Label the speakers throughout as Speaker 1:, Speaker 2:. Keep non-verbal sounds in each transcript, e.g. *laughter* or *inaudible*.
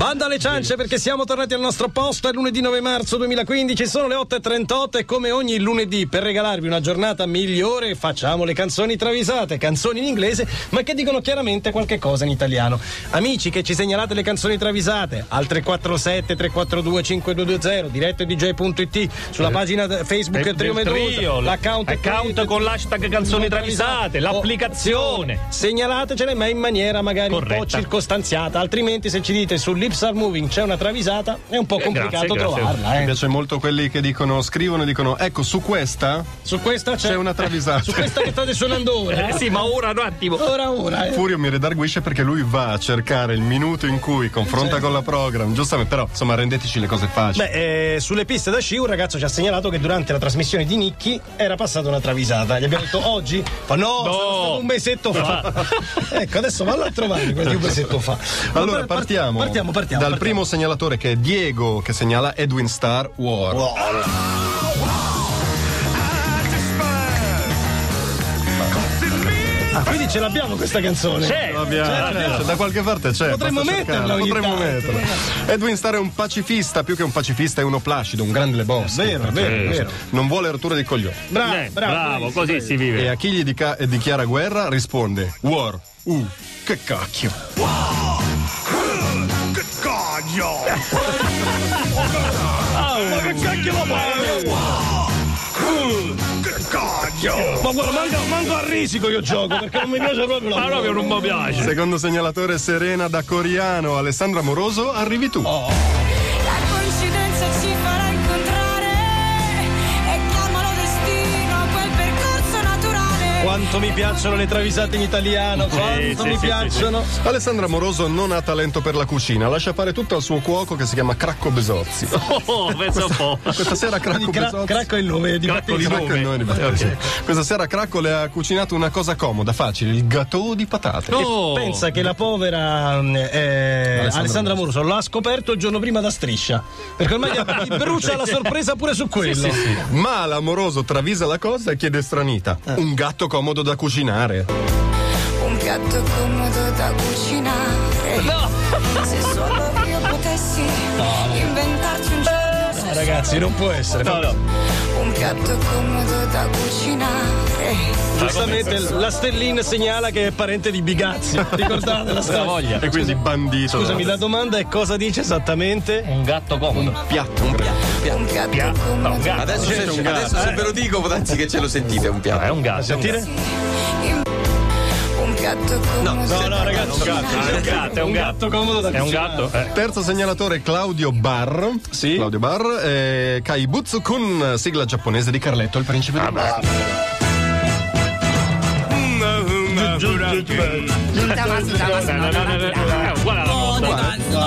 Speaker 1: Banda alle ciance perché siamo tornati al nostro posto, è lunedì 9 marzo 2015, sono le 8.38 e come ogni lunedì per regalarvi una giornata migliore facciamo le canzoni travisate, canzoni in inglese ma che dicono chiaramente qualche cosa in italiano. Amici che ci segnalate le canzoni travisate al 347 342 5220 diretto dj.it sulla pagina d- Facebook
Speaker 2: Eh, del
Speaker 1: Trio Medusa,
Speaker 2: Trio,
Speaker 1: l'account,
Speaker 2: account con l'hashtag canzoni travisate, l'applicazione.
Speaker 1: Oh, segnalatecele ma in maniera magari un po'
Speaker 2: Corretta.
Speaker 1: circostanziata, altrimenti se ci dite sull'Ipsar Moving c'è una travisata è un po' complicato
Speaker 2: Eh, grazie, grazie.
Speaker 1: trovarla.
Speaker 3: Mi
Speaker 1: eh.
Speaker 3: piace molto quelli che dicono, scrivono e dicono, ecco su questa
Speaker 1: Su questa c'è,
Speaker 3: c'è una travisata.
Speaker 1: Su questa che state suonando ora.
Speaker 2: Eh sì, ma ora un attimo.
Speaker 1: Ora ora. eh.
Speaker 3: Furio mi redarguisce perché lui va a cercare il minuto in cui confronta con la program, giustamente, però insomma rendeteci le cose facili.
Speaker 1: Certo. Beh, eh, sulle piste da sci un ragazzo ci ha segnalato che durante la trasmissione di Nicchi era passata una travisata. Gli abbiamo detto oggi? Fa no,
Speaker 2: No.
Speaker 1: sarà stato un mesetto
Speaker 2: *laughs*
Speaker 1: fa. ecco, adesso vallo a trovare quelli di un mesetto fa.
Speaker 3: allora
Speaker 1: Vabbè,
Speaker 3: partiamo,
Speaker 1: Partiamo, partiamo.
Speaker 3: dal
Speaker 1: partiamo.
Speaker 3: primo segnalatore che è Diego che segnala Edwin Star War.
Speaker 1: Wow. Ah, quindi ce l'abbiamo questa canzone.
Speaker 2: C'è.
Speaker 3: Abbiamo-
Speaker 1: Certo.
Speaker 3: eh, cioè, da qualche parte c'è.
Speaker 1: Potremmo
Speaker 3: basta
Speaker 1: metterla
Speaker 3: cercarla,
Speaker 1: ogni
Speaker 3: Potremmo
Speaker 1: tanto.
Speaker 3: metterla. Edwin Starr è un pacifista, più che un pacifista è uno placido, un grande boss.
Speaker 1: Vero, vero, vero.
Speaker 3: Non vuole rotture di coglioni.
Speaker 1: Bravo,
Speaker 2: Eh,
Speaker 1: bravo.
Speaker 2: bravo,
Speaker 1: bravissimo.
Speaker 2: così si
Speaker 3: E
Speaker 2: vive.
Speaker 3: a chi gli dica- eh, dichiara guerra risponde War. Uh, che cacchio.
Speaker 1: Ma guarda, manco, manco a risico io gioco perché non mi piace proprio la
Speaker 2: Ma proprio non mi piace.
Speaker 3: Secondo segnalatore Serena da Coriano, Alessandro Amoroso, arrivi tu.
Speaker 1: Oh.
Speaker 4: La coincidenza ci farà incontrare e chiamalo destino quel percorso naturale.
Speaker 1: Quanto mi piacciono le travisate in italiano, quanto
Speaker 2: sì,
Speaker 1: mi
Speaker 2: sì,
Speaker 1: piacciono.
Speaker 3: Alessandro Amoroso non ha talento per la cucina, lascia fare tutto al suo cuoco che si chiama Cracco Besozzi.
Speaker 1: *laughs*
Speaker 2: Oh, pensa un po'.
Speaker 3: Questa sera Cracco
Speaker 1: Quindi cra-
Speaker 3: Besozzi.
Speaker 1: cracco è il nome di
Speaker 2: Cracco
Speaker 1: Matteo.
Speaker 2: di
Speaker 3: Cracco
Speaker 2: nome.
Speaker 3: è il nome di Matteo,
Speaker 2: Eh, ok.
Speaker 3: sì. Questa sera Cracco le ha cucinato una cosa comoda, facile, il gâteau di patate.
Speaker 2: No.
Speaker 1: Pensa che la povera mm, eh, Alessandra Moruso l'ha scoperto il giorno prima da striscia. Perché ormai gli- gli brucia *laughs* la sorpresa pure su quello.
Speaker 3: Ma l'amoroso travisa la cosa e chiede stranita.
Speaker 1: Eh.
Speaker 3: Un gatto comodo da cucinare.
Speaker 4: Un piatto comodo da
Speaker 1: *laughs*
Speaker 4: cucinare. Se solo io potessi inventarci un giorno se
Speaker 1: Eh, Ragazzi, non può essere.
Speaker 2: No, no.
Speaker 4: solo un piatto comodo da cucinare.
Speaker 1: Giustamente la Stellin segnala che è parente di *laughs* Bigazzi. Ricordate la storia.
Speaker 2: voglia.
Speaker 3: E quindi bandito.
Speaker 1: Eh, Scusami, la domanda è cosa dice esattamente?
Speaker 2: Un gatto comodo.
Speaker 5: Piatto, un piatto, un piatto.
Speaker 4: Un piatto
Speaker 2: Piatto. No, un
Speaker 4: comodo
Speaker 2: gatto.
Speaker 5: Adesso,
Speaker 3: c'è
Speaker 5: se,
Speaker 3: un
Speaker 5: adesso se ve lo dico, potete che ce lo sentite, è un
Speaker 2: Ah, È
Speaker 5: piatto.
Speaker 2: un gatto. è un
Speaker 1: Sentire?
Speaker 4: Un piatto comodo.
Speaker 1: No, no, ragazzi,
Speaker 2: gatto, Ah, È un gatto, è un gatto.
Speaker 1: comodo da
Speaker 2: È un
Speaker 1: cucinare.
Speaker 2: gatto. eh.
Speaker 3: Terzo segnalatore Claudio Barr.
Speaker 1: Sì.
Speaker 3: Claudio Barr. Eh, Kaibutsu kun, sigla giapponese di Carletto, il principe di Mare.
Speaker 2: Eh, uguale alla nostra.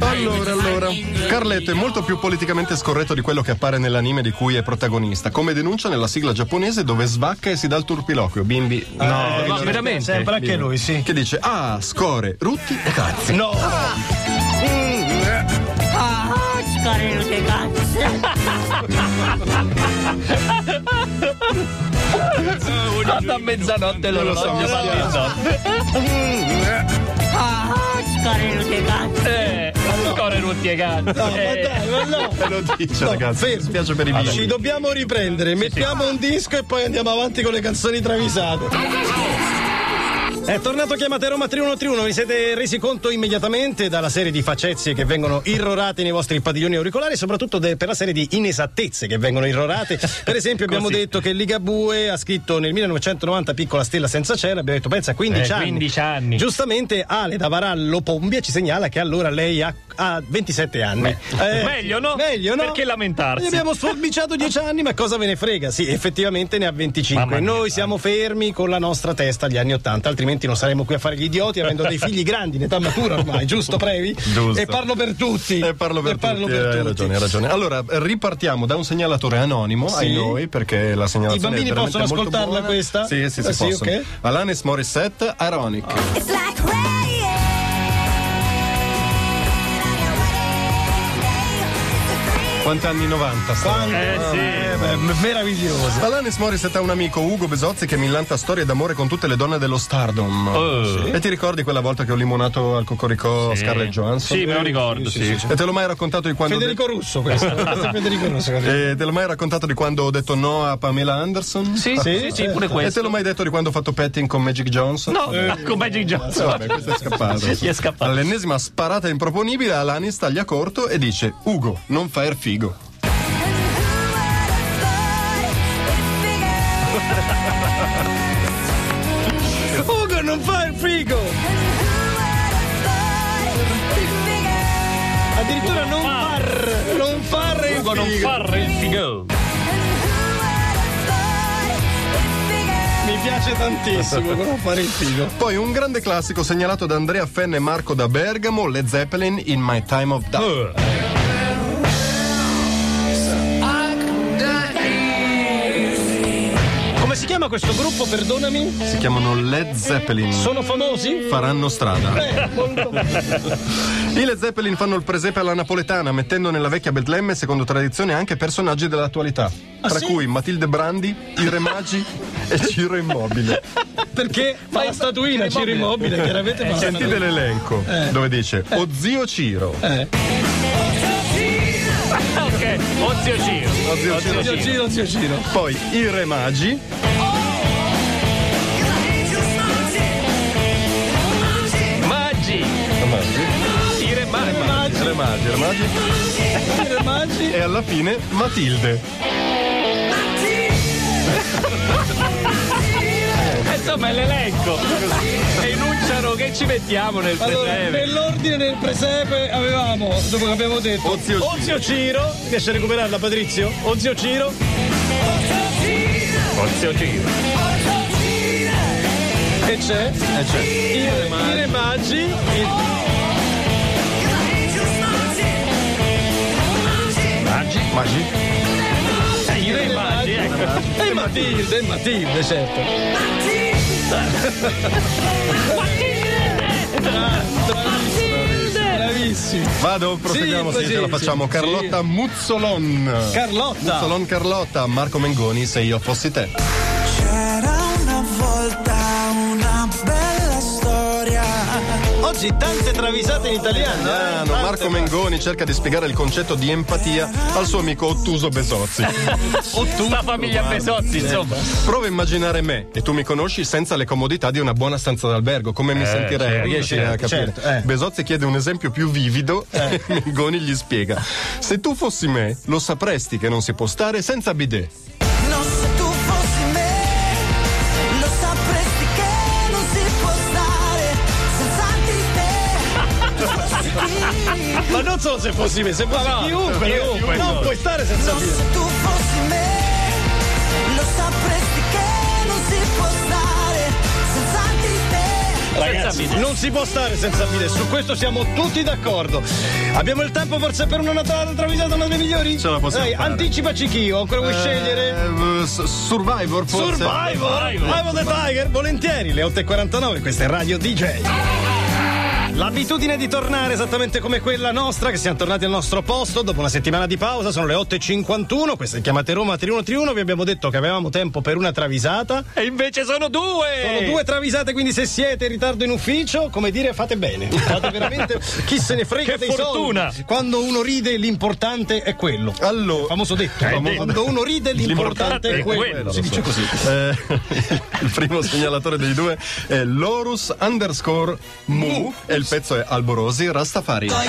Speaker 3: Allora, allora. Carletto è molto più politicamente scorretto di quello che appare nell'anime di cui è protagonista, come denuncia nella sigla giapponese dove svacca e si dà il turpiloquio. Bimbi.
Speaker 1: Eh,
Speaker 3: No.
Speaker 2: Ma veramente?
Speaker 1: Sembra che lui, sì.
Speaker 3: Che dice, ah, score, rutti e cazzi.
Speaker 1: No,
Speaker 2: Guarda a mezzanotte l'orologio va a mezzanotte. Eh, Ancora i rutti e gatti. Eh,
Speaker 1: ma no.
Speaker 3: Te *laughs* lo dice,
Speaker 1: No,
Speaker 3: ragazzi. Mi
Speaker 1: fermo.
Speaker 3: spiace per i
Speaker 1: Ci
Speaker 3: bimbi.
Speaker 1: dobbiamo riprendere, mettiamo un disco e poi andiamo avanti con le canzoni travisate. È tornato Chiamate Roma 3131, vi siete resi conto immediatamente dalla serie di facezie che vengono irrorate nei vostri padiglioni auricolari, soprattutto de- per la serie di inesattezze che vengono irrorate. Per esempio abbiamo
Speaker 2: Così.
Speaker 1: detto che Ligabue ha scritto nel 1990 Piccola Stella Senza Cielo, abbiamo detto pensa 15
Speaker 2: Eh,
Speaker 1: anni.
Speaker 2: 15 anni.
Speaker 1: Giustamente Ale da Varallo Pombia ci segnala che allora lei ha, ha 27 anni. Eh,
Speaker 2: Meglio, no?
Speaker 1: Meglio no?
Speaker 2: Perché lamentarsi?
Speaker 1: Gli abbiamo sforbiciato 10 anni, ma cosa ve ne frega? Sì, effettivamente ne ha 25.
Speaker 2: Mamma mia,
Speaker 1: Noi
Speaker 2: dai.
Speaker 1: siamo fermi con la nostra testa agli anni 80, altrimenti non saremmo qui a fare gli idioti avendo dei figli grandi in età matura
Speaker 3: *laughs*
Speaker 1: ormai, giusto Previ?
Speaker 3: Giusto.
Speaker 1: E parlo per tutti.
Speaker 3: E parlo per
Speaker 1: E parlo
Speaker 3: tutti,
Speaker 1: per
Speaker 3: eh, hai
Speaker 1: tutti.
Speaker 3: ragione, hai ragione. Allora, ripartiamo da un segnalatore anonimo
Speaker 1: Sì.
Speaker 3: ai noi, perché la segnalazione
Speaker 1: I bambini
Speaker 3: è veramente
Speaker 1: possono
Speaker 3: molto
Speaker 1: ascoltarla
Speaker 3: buona.
Speaker 1: questa?
Speaker 3: Sì, sì, sì,
Speaker 1: Ah, sì,
Speaker 3: possono.
Speaker 1: ok.
Speaker 3: Alanis Morissette, Ironic.
Speaker 4: It's like rain.
Speaker 3: Ma Quanti anni 90 sta?
Speaker 1: Quanto-
Speaker 2: Eh, sì.
Speaker 1: beh, meraviglioso.
Speaker 3: Alanis Morissette ha un amico Ugo Besozzi che mi millanta storie d'amore con tutte le donne dello Stardom.
Speaker 2: Oh.
Speaker 3: E ti ricordi quella volta che ho limonato al Cocoricò Scarlett Johansson? Eh,
Speaker 2: Sì, me lo ricordo,
Speaker 1: Sì, sì,
Speaker 2: sì.
Speaker 1: sì,
Speaker 3: E te l'ho mai raccontato di quando.
Speaker 1: Federico Russo questo. questo è Federico Russo. guarda.
Speaker 3: E te l'ho mai raccontato di quando ho detto no a Pamela Anderson?
Speaker 2: Sì,
Speaker 1: Sì,
Speaker 2: sì, sì,
Speaker 1: certo.
Speaker 2: pure
Speaker 3: E te
Speaker 2: questo.
Speaker 3: l'ho mai detto di quando ho fatto petting con Magic Johnson?
Speaker 2: No, *laughs* con Magic
Speaker 3: Eh,
Speaker 2: Johnson.
Speaker 3: vabbè, questo è scappato.
Speaker 2: *laughs* Gli è scappato.
Speaker 3: All'ennesima sparata improponibile, Alanis taglia corto e dice: Ugo, non far figo. Eh.
Speaker 1: Ugo non fa il figo! Addirittura non far! Non far il
Speaker 2: Ugo non
Speaker 1: figo!
Speaker 2: fare il figo.
Speaker 1: Mi piace tantissimo, però fare il figo.
Speaker 3: Poi un grande classico segnalato da Andrea Fenne e Marco da Bergamo, Le Zeppelin in My Time of Doubt.
Speaker 1: Come si chiama questo gruppo,
Speaker 2: Eh.
Speaker 1: perdonami?
Speaker 3: Si chiamano Led Zeppelin.
Speaker 1: Sono famosi?
Speaker 3: Faranno strada.
Speaker 1: Eh, molto bene.
Speaker 3: I Led Zeppelin fanno il presepe alla napoletana, mettendo nella vecchia Betlemme, secondo tradizione, anche personaggi dell'attualità. tra
Speaker 1: Ah, sì?
Speaker 3: cui Matilde Brandi, I Re Magi e Ciro Immobile.
Speaker 1: *laughs* Perché fa la statuina Ciro Immobile, chiaramente fa la
Speaker 3: Eh, Sentite
Speaker 1: statuina.
Speaker 3: l'elenco,
Speaker 1: Eh.
Speaker 3: dove dice: O zio Ciro.
Speaker 2: Ok, Ozio Giro.
Speaker 3: Ozio Ciro.
Speaker 1: Zio Ciro, zio Ciro.
Speaker 3: Poi i Re Magi.
Speaker 2: Maggi. I re Maggi.
Speaker 3: I Re Magi, i Re Magi.
Speaker 1: Ciro Maggi.
Speaker 3: E alla fine Matilde.
Speaker 2: Eh, Insomma, è l'elenco. Enunciano che ci mettiamo nel
Speaker 1: Allora,
Speaker 3: eh,
Speaker 2: presepe.
Speaker 1: nell'ordine del presepe avevamo, dopo che abbiamo detto,
Speaker 3: O Oh, zio Ciro.
Speaker 1: Ozio Ciro, riesci a recuperarla Patrizio? Ozio Ciro,
Speaker 3: Oh,
Speaker 2: Ozio Giro.
Speaker 1: che c'è?
Speaker 3: Eh, c'è.
Speaker 1: I i Re Maggi, il-
Speaker 2: Maggi.
Speaker 3: Magi.
Speaker 2: Eh, I re Maggi, ecco.
Speaker 1: e Matilde, e Matilde, certo. Bravissimi.
Speaker 3: Vado, proseguiamo,
Speaker 1: Sì,
Speaker 3: sì, ce la
Speaker 1: sì,
Speaker 3: facciamo.
Speaker 1: sì.
Speaker 3: Carlotta Muzzolon.
Speaker 1: Carlotta.
Speaker 3: Muzzolon Carlotta, Marco Mengoni, se io fossi te.
Speaker 6: C'era una volta una bella storia.
Speaker 1: Oggi tante travisate in italiano. eh?
Speaker 3: Ah, no, Marco Mengoni cerca di spiegare il concetto di empatia al suo amico
Speaker 1: *laughs*
Speaker 3: Ottuso Besozzi.
Speaker 2: La ecco. famiglia Besozzi, insomma.
Speaker 3: Prova a immaginare me e tu mi conosci senza le comodità di una buona stanza d'albergo. Come mi sentirei?
Speaker 2: certo,
Speaker 3: Riesci a capire?
Speaker 1: Eh, certo, eh.
Speaker 3: Besozzi chiede un esempio più vivido e *laughs* Mengoni gli spiega. Se tu fossi me, lo sapresti che non si può stare senza bidet.
Speaker 6: Non se tu fossi me, lo sapresti che non si può stare senza di te. Tu fossi chi?
Speaker 1: Ma non solo se fossi me, se fossi chiunque, chiunque. Non puoi stare senza
Speaker 6: Non se tu fossi me, lo sapresti che non si può stare senza di te.
Speaker 1: Ragazzi,
Speaker 2: bidet.
Speaker 1: Eh, non si può stare senza bidet, su questo siamo tutti d'accordo. Abbiamo il tempo forse per una Natale travisata una delle migliori?
Speaker 3: Ce la possiamo
Speaker 1: Dai,
Speaker 3: fare.
Speaker 1: anticipaci chi, o ancora vuoi scegliere?
Speaker 3: Eh, s- Survivor forse?
Speaker 1: Survivor! Survivor the Tiger, volentieri, le 8.49, questa è Radio DJ. L'abitudine di tornare esattamente come quella nostra, che siamo tornati al nostro posto dopo una settimana di pausa, sono le 8.51, queste chiamate Roma 3131, vi abbiamo detto che avevamo tempo per una travisata.
Speaker 2: E invece sono due!
Speaker 1: Sono due travisate, quindi se siete in ritardo in ufficio, come dire, fate bene. Fate veramente chi se ne frega
Speaker 2: Che
Speaker 1: dei
Speaker 2: fortuna!
Speaker 1: soldi. Quando uno ride l'importante è quello.
Speaker 3: Allora,
Speaker 1: Famoso detto.
Speaker 2: detto.
Speaker 1: Quando uno ride l'importante è
Speaker 2: è
Speaker 1: quello.
Speaker 2: quello,
Speaker 1: si
Speaker 2: lo
Speaker 1: dice così.
Speaker 3: Eh, *laughs* il primo segnalatore dei due è Lorus underscore Mu e il pezzo è Alborosi Rastafari.
Speaker 7: Yo, yo,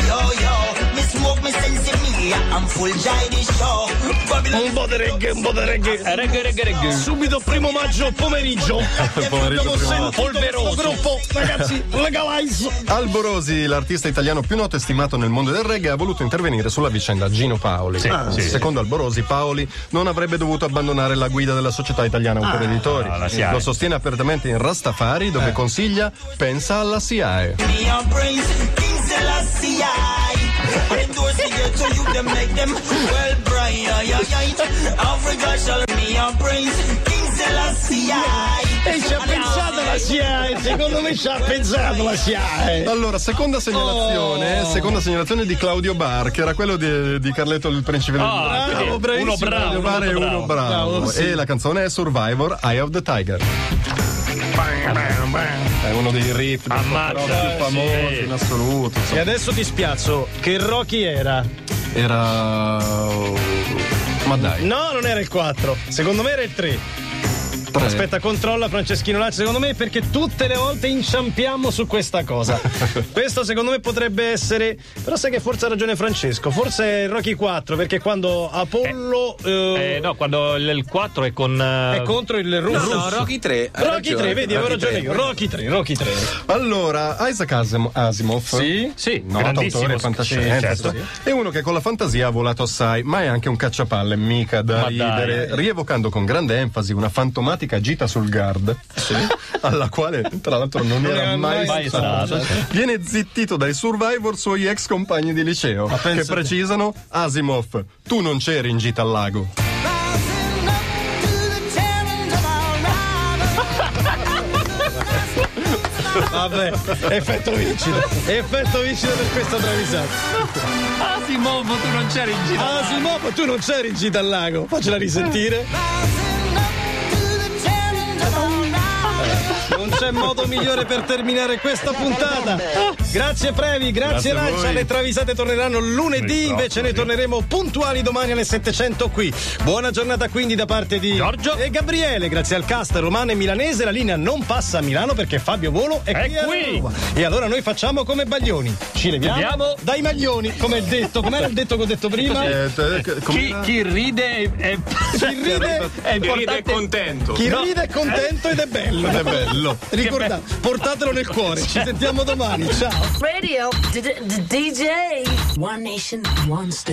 Speaker 7: me smoke, me sense me, I'm full Jidey show. Babylon
Speaker 1: Un po' di reggae, un po' di reggae.
Speaker 2: Reggae, reggae, reggae.
Speaker 1: Subito primo maggio pomeriggio.
Speaker 3: Pomeriggio
Speaker 1: Abbiamo
Speaker 3: primo
Speaker 1: sentito
Speaker 2: Polveroso.
Speaker 1: questo gruppo, ragazzi, legalize.
Speaker 3: Alborosi, l'artista italiano più noto e stimato nel mondo del reggae, ha voluto intervenire sulla vicenda Gino Paoli. Ah, secondo Alborosi, Paoli non avrebbe dovuto abbandonare la guida della società italiana autore editori.
Speaker 2: no, Ah, la SIAE. Eh.
Speaker 3: Lo sostiene apertamente in Rastafari, dove consiglia pensa alla SIAE.
Speaker 7: me and praise King Selassie. Endorsing it to you, them make them well bright. Africa shall me and praise King Selassie.
Speaker 1: E ci ha pensato la la SIAE, secondo me ci ha pensato la eh. SIAE.
Speaker 3: Allora, seconda segnalazione,
Speaker 1: Oh.
Speaker 3: seconda segnalazione di Claudio Bar, che era quello di, di Carletto il principe del
Speaker 2: Ah,
Speaker 3: Bravo,
Speaker 2: quindi uno
Speaker 3: bravissimo,
Speaker 2: bravo,
Speaker 3: Claudio
Speaker 2: uno
Speaker 3: Bar e
Speaker 2: bravo.
Speaker 3: uno bravo.
Speaker 1: Bravo, sì.
Speaker 3: E la canzone è Survivor Eye of the Tiger. È uno dei riff dei
Speaker 2: Ammazza,
Speaker 3: rock più famosi
Speaker 2: Ah, sì.
Speaker 3: in assoluto.
Speaker 1: E
Speaker 3: insomma.
Speaker 1: adesso ti spiazzo, che Rocky era?
Speaker 3: Era. Ma dai,
Speaker 1: No, non era il 4, secondo me era il 3.
Speaker 3: tre.
Speaker 1: Aspetta, controlla Franceschino Lacci, secondo me, perché tutte le volte inciampiamo su questa *laughs* cosa. Questo secondo me potrebbe essere. Però sai che forse ha ragione Francesco, forse è il Rocky 4, perché quando Apollo eh,
Speaker 2: Eh, no, quando il, il 4 è con. eh,
Speaker 1: è contro il
Speaker 5: No,
Speaker 1: russo.
Speaker 5: no, Rocky 3.
Speaker 1: Rocky 3, vedi, avevo ragione io. Rocky 3, Rocky 3.
Speaker 3: Allora, Isaac Asim- Asimov.
Speaker 2: Sì,
Speaker 3: noto
Speaker 2: grandissimo.
Speaker 3: autore fantascienza.
Speaker 2: Sì, certo.
Speaker 3: È uno che con la fantasia ha volato assai, ma è anche un cacciapalle, mica da
Speaker 2: Ma
Speaker 3: ridere,
Speaker 2: dai.
Speaker 3: rievocando con grande enfasi una fantomatica gita sul guard, *laughs* alla quale tra l'altro non era
Speaker 1: era
Speaker 3: mai,
Speaker 2: mai
Speaker 3: stato. Certo.
Speaker 2: stato. certo.
Speaker 3: Viene zittito dai survivor suoi ex compagni di liceo, che
Speaker 1: pensa te.
Speaker 3: precisano Asimov, tu non c'eri in gita al lago.
Speaker 6: Rising up to the challenge of our
Speaker 1: Vabbè, effetto vincita. Effetto vincita per questa travisata.
Speaker 2: Asimov, tu non c'eri in giro.
Speaker 1: Ah, Asimov, tu non c'eri in gita al lago. Faccela risentire.
Speaker 6: rising up to the challenge of our
Speaker 1: Non c'è modo migliore per terminare questa puntata. Grazie Previ, grazie,
Speaker 3: Grazie a
Speaker 1: Lancia.
Speaker 3: voi.
Speaker 1: Le travisate torneranno lunedì, invece ne torneremo puntuali domani alle 700 qui. Buona giornata quindi da parte di
Speaker 2: Giorgio.
Speaker 1: e Gabriele. Grazie al cast romano e milanese la linea non passa a Milano perché Fabio Volo è,
Speaker 2: È
Speaker 1: qui, a
Speaker 2: qui.
Speaker 1: Roma. E allora noi facciamo come Baglioni. Ci leviamo
Speaker 2: Leviamo.
Speaker 1: dai maglioni, come il detto, com'era il detto che ho detto prima?
Speaker 3: Eh, te- che- come-
Speaker 2: Chi, chi ride è. *laughs* Cioè,
Speaker 1: Chi ride-
Speaker 2: è importante.
Speaker 5: contento.
Speaker 1: Chi
Speaker 2: No. Eh.
Speaker 1: ride è contento ed è bello.
Speaker 3: È bello.
Speaker 1: Ricordate, portatelo nel cuore. Ci sentiamo domani. Ciao.
Speaker 8: Radio, d- d- DJ. One Nation, One Station.